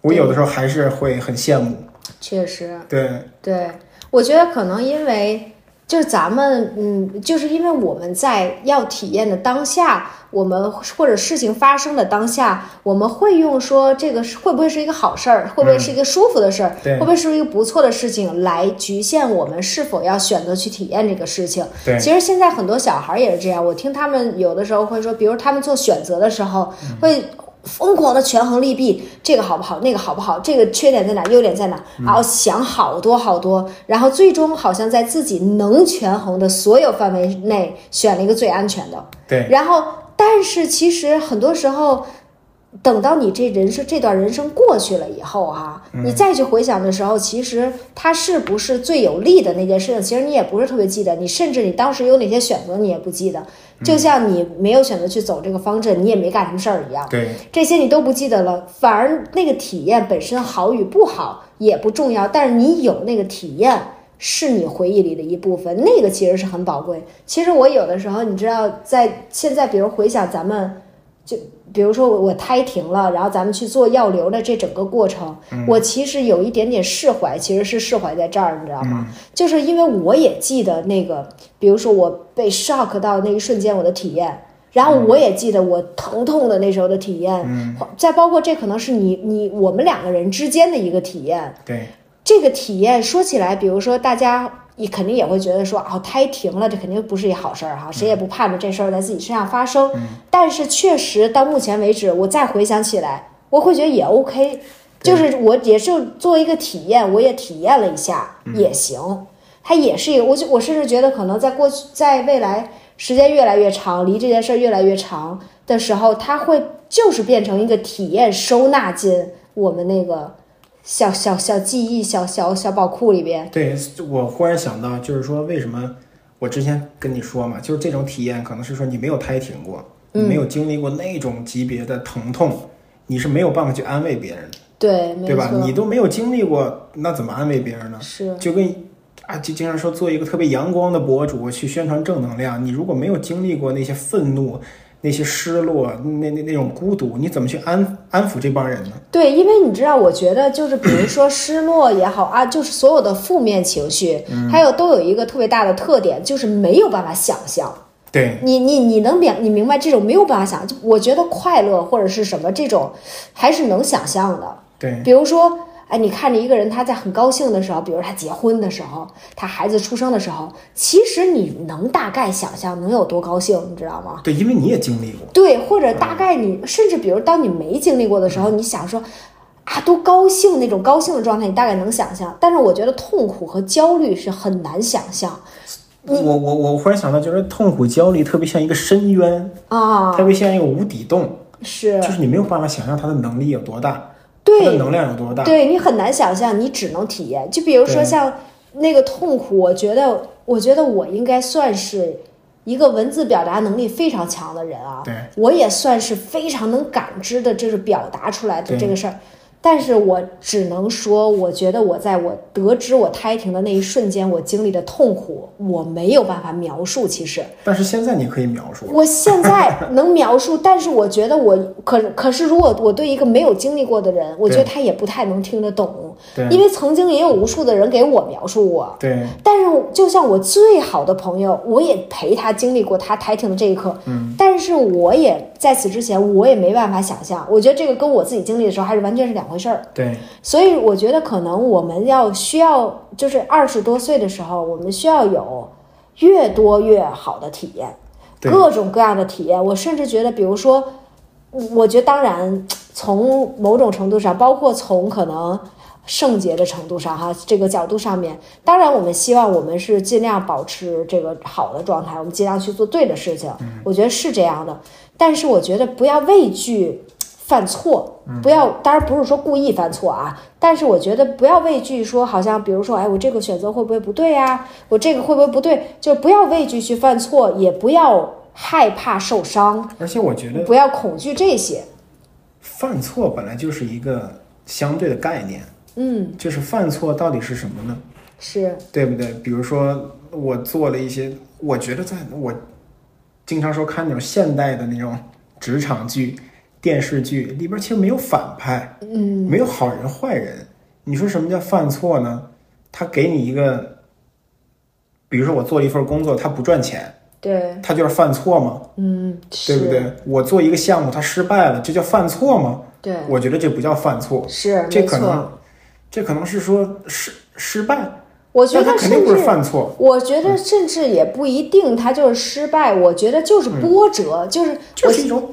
B: 我有的时候还是会很羡慕，
A: 确实，
B: 对，
A: 对，我觉得可能因为就是咱们，嗯，就是因为我们在要体验的当下，我们或者事情发生的当下，我们会用说这个是会不会是一个好事儿，会不会是一个舒服的事儿，
B: 嗯对
A: 会不会是一个不错的事情，来局限我们是否要选择去体验这个事情。
B: 对
A: 其实现在很多小孩儿也是这样，我听他们有的时候会说，比如他们做选择的时候
B: 嗯
A: 会。疯狂的权衡利弊，这个好不好，那个好不好，这个缺点在哪，优点在哪，然后想好多好多，然后最终好像在自己能权衡的所有范围内选了一个最安全的，
B: 对，
A: 然后但是其实很多时候等到你这人生这段人生过去了以后啊，你再去回想的时候，其实它是不是最有利的那件事情，其实你也不是特别记得，你甚至你当时有哪些选择你也不记得，就像你没有选择去走这个方阵，你也没干什么事儿一样，
B: 对，
A: 这些你都不记得了，反而那个体验本身好与不好也不重要，但是你有那个体验。是你回忆里的一部分，那个其实是很宝贵。其实我有的时候，你知道，在现在，比如回想咱们比如说我我胎停了，然后咱们去做药流的这整个过程，我其实有一点点释怀，其实是释怀在这儿，你知道吗？就是因为我也记得那个，比如说我被 shock 到那一瞬间我的体验，然后我也记得我疼痛的那时候的体验，再包括这可能是你你我们两个人之间的一个体验，
B: 对，
A: 这个体验说起来，比如说大家也肯定也会觉得说，哦，胎停了，这肯定不是一好事儿、哈，谁也不盼着这事儿在自己身上发生。但是确实到目前为止，我再回想起来，我会觉得也 OK，就是我也就作为一个体验，我也体验了一下，也行。它也是一个，我就我甚至觉得可能在过去，在未来时间越来越长，离这件事儿越来越长的时候，它会就是变成一个体验收纳进我们那个小小小记忆、小小小宝库里边。
B: 对，我忽然想到，就是说为什么我之前跟你说嘛，就是这种体验可能是说你没有胎停过，你
A: 嗯
B: 没有经历过那种级别的疼痛，你是没有办法去安慰别人的，
A: 对，没
B: 对吧？
A: 错，
B: 你都没有经历过，那怎么安慰别人呢？
A: 是
B: 就跟啊，就经常说做一个特别阳光的博主去宣传正能量，你如果没有经历过那些愤怒、那些失落、那那那种孤独，你怎么去安安抚这帮人呢？
A: 对，因为你知道，我觉得就是比如说失落也好啊，就是所有的负面情绪，
B: 嗯
A: 还有都有一个特别大的特点，就是没有办法想象。
B: 对，
A: 你你你能明你明白这种没有办法想，就我觉得快乐或者是什么这种，还是能想象的。
B: 对，
A: 比如说，哎，你看着一个人他在很高兴的时候，比如他结婚的时候，他孩子出生的时候，其实你能大概想象能有多高兴，你知道吗？
B: 对，因为你也经历过，
A: 对，或者大概你甚至比如当你没经历过的时候，你想说啊多高兴那种高兴的状态，你大概能想象。但是我觉得痛苦和焦虑是很难想象
B: 我
A: 嗯
B: 我我忽然想到，就是痛苦焦虑特别像一个深渊，
A: 啊，
B: 特别像一个无底洞，
A: 是
B: 就是你没有办法想象它的能力有多大，它的
A: 对
B: 能量有多大。
A: 对你很难想象，你只能体验。就比如说
B: 对
A: 像那个痛苦，我觉得，我觉得我应该算是一个文字表达能力非常强的人啊。
B: 对，
A: 我也算是非常能感知的，就是表达出来的
B: 对
A: 这个事儿。但是我只能说，我觉得我在我得知我胎停的那一瞬间，我经历的痛苦，我没有办法描述。其实，
B: 但是现在你可以描述，
A: 我现在能描述，但是我觉得我可可是，如果我对一个没有经历过的人，我觉得他也不太能听得懂，
B: 对
A: 因为曾经也有无数的人给我描述过。
B: 对
A: 但是，就像我最好的朋友，我也陪他经历过他抬停的这一刻。嗯，但是我也在此之前，我也没办法想象。我觉得这个跟我自己经历的时候还是完全是两回事儿。
B: 对
A: 所以我觉得可能我们要需要，就是二十多岁的时候，我们需要有越多越好的体验，
B: 对
A: 各种各样的体验。我甚至觉得，比如说，嗯我觉得当然从某种程度上，包括从可能。圣洁的程度上，哈，这个角度上面，当然我们希望我们是尽量保持这个好的状态，我们尽量去做对的事情，我觉得是这样的。但是我觉得不要畏惧犯错，
B: 嗯
A: 不要，当然不是说故意犯错啊，但是我觉得不要畏惧说，好像比如说，哎，我这个选择会不会不对啊？我这个会不会不对？就是不要畏惧去犯错，也不要害怕受伤，
B: 而且我觉得
A: 不要恐惧这些。
B: 犯错本来就是一个相对的概念，
A: 嗯，
B: 就是犯错到底是什么呢？
A: 是
B: 对不对？比如说我做了一些，我觉得在我经常说看那种现代的那种职场剧、电视剧里边，其实没有反派，嗯，没有好人坏人。你说什么叫犯错呢？他给你一个，比如说我做了一份工作，他不赚钱，
A: 对，
B: 他就是犯错吗？
A: 嗯，
B: 对不
A: 是，
B: 对？我做一个项目，他失败了，这叫犯错吗？
A: 对，
B: 我觉得这不叫犯错，
A: 是
B: 哦这
A: 没
B: 可
A: 错。
B: 能，这可能是说失失败，
A: 我觉
B: 但他
A: 得
B: 肯
A: 甚
B: 定不
A: 至
B: 是犯错。嗯
A: 我觉得甚至也不一定，他就是失败。我觉得就是波折，就是
B: 嗯就
A: 我
B: 是一种，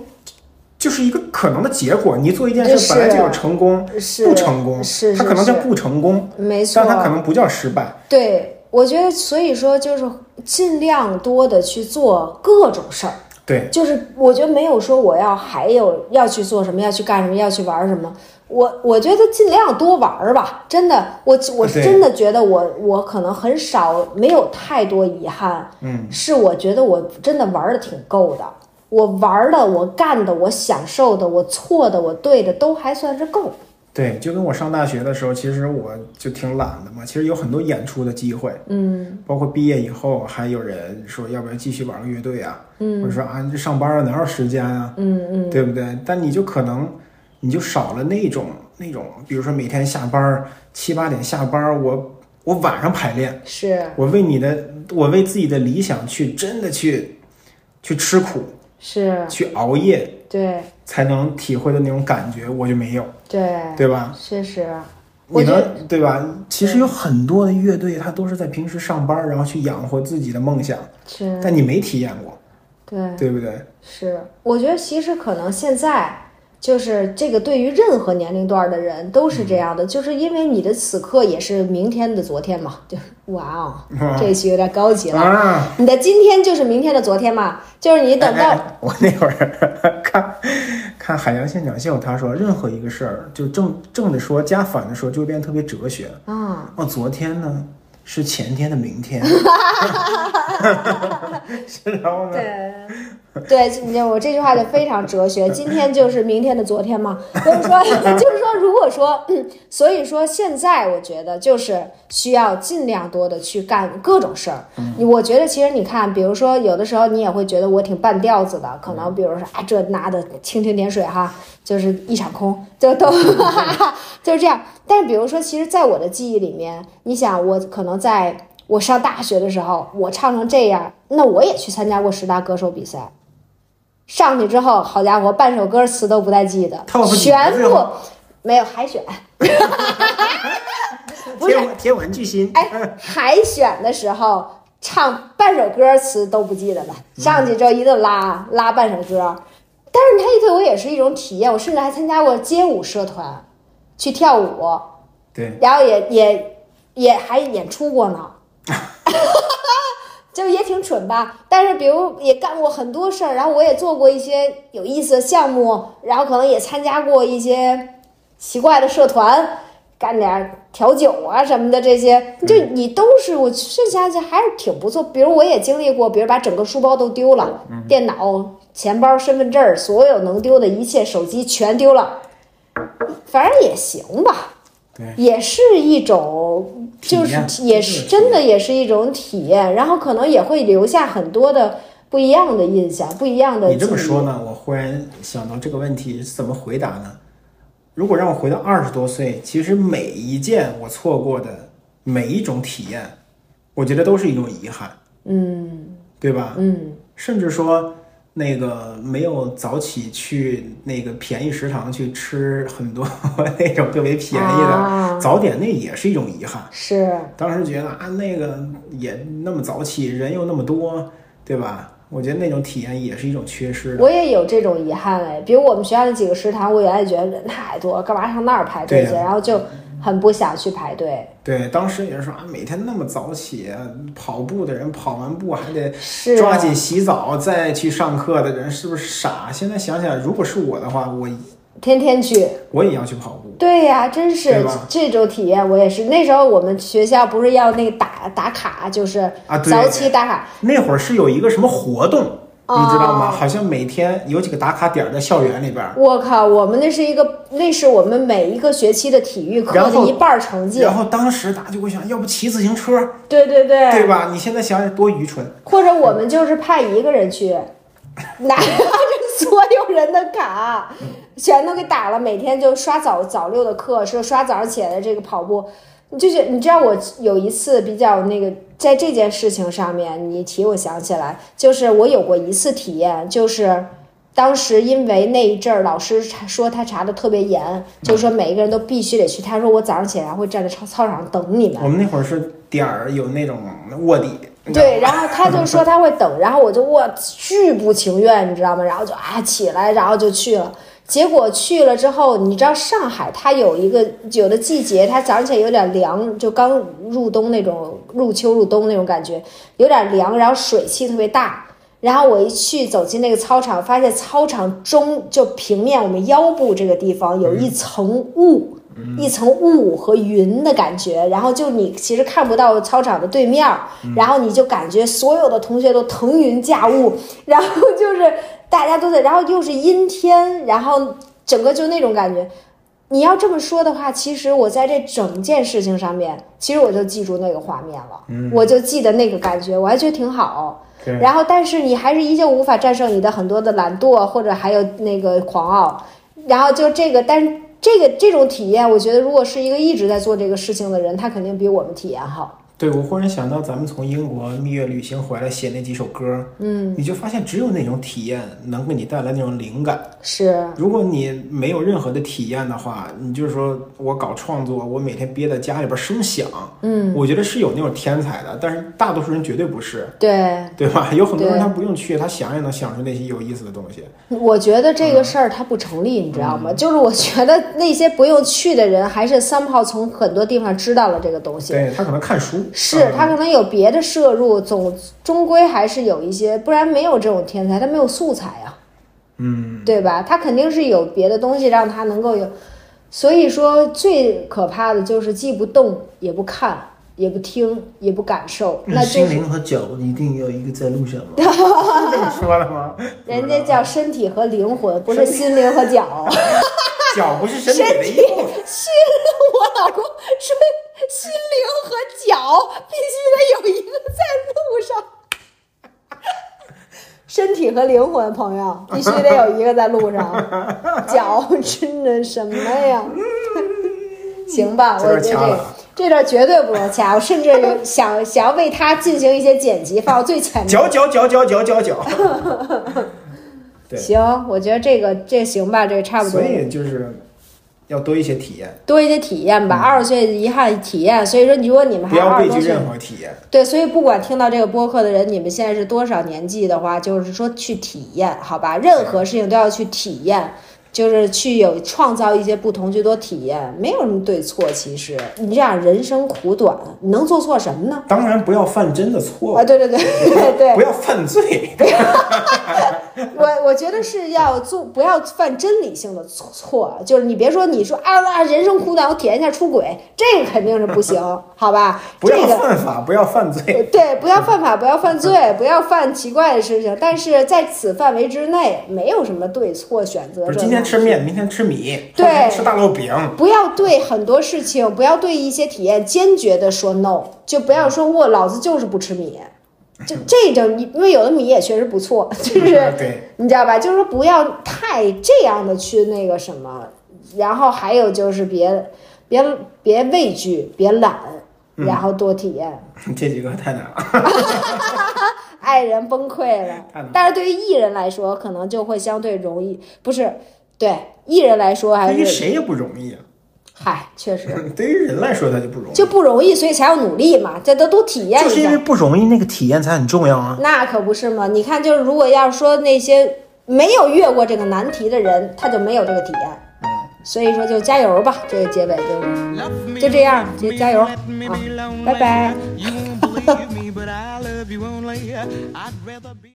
B: 就是一个可能的结果。你做一件
A: 就是
B: 事本来就有成功，
A: 是
B: 不成功，
A: 是
B: 它
A: 是
B: 可能叫
A: 是
B: 不成功，
A: 没错，
B: 但它可能不叫失败。
A: 对，我觉得所以说就是尽量多的去做各种事儿，
B: 对，
A: 就是我觉得没有说我要还有要去做什么，要去干什么，要去玩什么。我我觉得尽量多玩儿吧，真的，我我是
B: 对
A: 真的觉得我我可能很少没有太多遗憾，
B: 嗯，
A: 是我觉得我真的玩的挺够的，我玩的、我干的、我享受的、我错的、我对的都还算是够，
B: 对，就跟我上大学的时候，其实我就挺懒的嘛。其实有很多演出的机会，
A: 嗯
B: 包括毕业以后，还有人说要不要继续玩个乐队啊？
A: 嗯
B: 我说啊，你这上班了哪有时间啊？
A: 嗯嗯，
B: 对不对？但你就可能你就少了那种那种，比如说每天下班儿七八点下班儿，我我晚上排练，
A: 是
B: 我为你的，我为自己的理想去真的去去吃苦，
A: 是，
B: 去熬夜，
A: 对
B: 才能体会的那种感觉，我就没有，
A: 对，
B: 对吧？
A: 确实，我
B: 你
A: 觉得
B: 能对吧？其实有很多的乐队，他都是在平时上班，然后去养活自己的梦想，
A: 是，
B: 但你没体验过，
A: 对。
B: 对不对？
A: 是，我觉得其实可能现在就是这个，对于任何年龄段的人都是这样的，就是因为你的此刻也是明天的昨天嘛，就是哇哦，这句有点高级了。
B: 啊，
A: 你的今天就是明天的昨天嘛，就是你等
B: [LAUGHS] 哎
A: 到
B: 哎我那会儿 [LAUGHS] 看看海洋现场秀，他说任何一个事儿，就正正的说加反的说，就会变得特别哲学。
A: 啊，
B: 哦，昨天呢是前天的
A: [LAUGHS]
B: 明天， [LAUGHS] 是然后呢？
A: 对， [LAUGHS] 对，你就我这句话就非常哲学。今天就是明天的昨天嘛，就是说， [LAUGHS] 就是说，如果说， [CLEARS THROAT] 嗯所以说现在我觉得就是需要尽量多的去干各种事儿。你我觉得其实你看，比如说有的时候你也会觉得我挺半吊子的，可能比如说啊这那的蜻蜓点水哈，就是一场空， [LAUGHS] 就都就是这样。但是比如说，其实在我的记忆里面，你想我可能在。我上大学的时候，我唱成这样，那我也去参加过十大歌手比赛。上去之后，好家伙，半首歌词都不带记得
B: 他，不
A: 全
B: 最
A: 部
B: 后
A: 没有海选。不是
B: 铁文铁文巨星，
A: 哎，海选的时候唱半首歌词都不记得了，上去之后一顿拉拉半首歌。但是他一对我也是一种体验，我甚至还参加过街舞社团，去跳舞，
B: 对，
A: 然后也也也还演出过呢，就也挺蠢吧。但是比如也干过很多事儿，然后我也做过一些有意思的项目，然后可能也参加过一些奇怪的社团，干点儿调酒啊什么的这些，就你都是我是想想还是挺不错。比如我也经历过，比如把整个书包都丢了，电脑、钱包、身份证儿，所有能丢的一切，手机全丢了，反正也行吧。
B: 对
A: 也是一种，就
B: 体
A: 是
B: 验
A: 体也
B: 就是是
A: 真的也是一种体验，然后可能也会留下很多的不一样的印象，不一样的。
B: 你这么说？呢，我忽然想到这个问题是怎么回答呢？如果让我回到二十多岁，其实每一件我错过的每一种体验，我觉得都是一种遗憾，
A: 嗯
B: 对吧？
A: 嗯，
B: 甚至说那个没有早起去那个便宜食堂去吃很多 [LAUGHS] 那种特别便宜
A: 啊
B: 的早点，那也是一种遗憾。
A: 是
B: 当时觉得啊，那个也那么早起，人又那么多，对吧？我觉得那种体验也是一种缺失的。
A: 我也有这种遗憾哎，比如我们学校的几个食堂，我原来觉得人太多了，干嘛上那儿排队去？
B: 对呀
A: 然后就很不想去排队。
B: 对，当时也是说啊，每天那么早起，啊跑步的人跑完步还得
A: 是啊
B: 抓紧洗澡再去上课的人是不是傻？现在想想，如果是我的话，我
A: 天天去，
B: 我也要去跑步。
A: 对呀、真是
B: 对吧
A: 这种体验，我也是。那时候我们学校不是要那个打打卡，就是
B: 啊对
A: 早起打卡，
B: 那会儿是有一个什么活动，
A: 哦
B: 你知道吗？好像每天有几个打卡点儿在校园里边儿，
A: 我靠，我们那是一个，那是我们每一个学期的体育课
B: 然
A: 的
B: 后
A: 一半儿成绩
B: 然。后当时大家就会想，要不骑自行车，
A: 对对对，
B: 对吧？你现在想想多愚蠢。
A: 或者我们就是派一个人去，拿着所有人的卡，全都给打了。每天就刷早早六的课，是刷早上起来的这个跑步。你就是你知道我有一次比较那个，在这件事情上面，你一提我想起来，就是我有过一次体验，就是。当时因为那一阵儿，老师查说他查的特别严，就说每一个人都必须得去。他说我早上起来会站在操操场上等你们。
B: 我们那会儿是点儿有那种卧底，你知道吗
A: 对，然后他就说他会等，然后我就哇巨不情愿，你知道吗？然后就啊起来，然后就去了。结果去了之后，你知道上海它有一个有的季节，它早上起来有点凉，就刚入冬那种入秋入冬那种感觉，有点凉，然后水汽特别大。然后我一去走进那个操场，发现操场中就平面我们腰部这个地方有
B: 嗯
A: 一层雾，一层雾和云的感觉。然后就你其实看不到操场的对面儿，然后你就感觉所有的同学都腾云驾雾， [LAUGHS] 然后就是大家都在，然后又是阴天，然后整个就那种感觉。你要这么说的话，其实我在这整件事情上面，其实我就记住那个画面了，我就记得那个感觉，我还觉得挺好。
B: 对
A: 然后，但是你还是依旧无法战胜你的很多的懒惰，或者还有那个狂傲。然后就这个，但是这个这种体验，我觉得如果是一个一直在做这个事情的人，他肯定比我们体验好。
B: 对，我忽然想到，咱们从英国蜜月旅行回来写那几首歌，嗯，你就发现只有那种体验能给你带来那种灵感。
A: 是，
B: 如果你没有任何的体验的话，你就是说我搞创作，我每天憋在家里边生想，嗯，我觉得是有那种天才的，但是大多数人绝对不是，
A: 对，
B: 对吧？有很多人
A: 对
B: 他不用去，他想也能想出那些有意思的东西。
A: 我觉得这个事儿它不成立，你知道吗？就是我觉得那些不用去的人，还是 somehow 从很多地方知道了这个东西。
B: 对他可能看书，
A: 是他可能有别的摄入，总终归还是有一些，不然没有这种天才，他没有素材啊，嗯，对吧？他肯定是有别的东西让他能够有，所以说最可怕的就是既不动，也不看，也不听，也不感受，那就
C: 心
A: 是
C: 灵和脚一定要一个在路上啊嘛。
A: [LAUGHS]
B: 这么说了吗？
A: 人家叫身体和灵魂，不是心灵和脚。
B: 脚不是身体的一部分。
A: 心，我老公说心灵和脚必须得有一个在路上，身体和灵魂，朋友必须得有一个在路
B: [LAUGHS]
A: 上，脚真的什么呀？ [LAUGHS] 行吧，
B: 这
A: 我觉得这
B: 段掐了
A: 个这段绝对不能掐，我甚至有想 [LAUGHS] 想要为他进行一些剪辑，放到最前面。
B: 脚脚脚脚脚脚脚。对
A: 行，我觉得这个这行吧，这个差不多
B: 所
A: 了。
B: 以就是要多一些体验，
A: 多一些体验吧。二十岁遗憾体验，所以说如果你们
B: 嗯不
A: 还
B: 要
A: 二
B: 畏
A: 十多
B: 惧
A: 岁，
B: 任何体验。
A: 对，所以不管听到这个播客的人，你们现在是多少年纪的话，就是说去体验，好吧？任何事情都要去体验。就是去有创造一些不同，去多体验，没有什么对错。其实你这样人生苦短，你能做错什么呢？
B: 当然不要犯真的错
A: 啊，
B: 误，
A: 对对对对对
B: 不，要犯罪。
A: 我我觉得是要做，不要犯真理性的错错，就是你别说你说啊啊，人生苦短，我体验一下出轨，这个肯定是不行，好吧？
B: 不
A: 这
B: 要
A: 个
B: 犯法，不要犯
A: [LAUGHS]
B: 罪。
A: 呃对，不要犯法，不要犯罪，不要犯奇怪的事情，但是在此范围之内，没有什么对错选择
B: 不
A: 这
B: 是
A: 个。
B: 今天吃面，明天吃米，
A: 对
B: 后天吃大肉饼。
A: 不要对很多事情，不要对一些体验坚决的说 no，就不要说我老子就是不吃米，这这种因为有的米也确实不错，就是
B: 对，
A: 你知道吧？就是说不要太这样的去那个什么，然后还有就是别别别畏惧，别懒，然后多体验。
B: 这几个太难了。
A: 爱人崩溃了
B: 太难了。
A: 但是对于艺人来说，可能就会相对容易，不是？对艺人来说还
B: 对于
A: 是
B: 谁也不容易啊，
A: 嗨，确实
B: [LAUGHS] 对于人来说他就不容易，
A: 就不容易，所以才要努力嘛，这都都体验
C: 就
A: 一
C: 是因
A: 下
C: 为。不容易，那个体验才很重要啊。
A: 那可不是嘛！你看，就是如果要说那些没有越过这个难题的人，他就没有这个体验。所以说，就加油吧！这个结尾就是
D: 就这样，就加油啊
A: Ah,，
D: 拜拜
A: bye-bye.。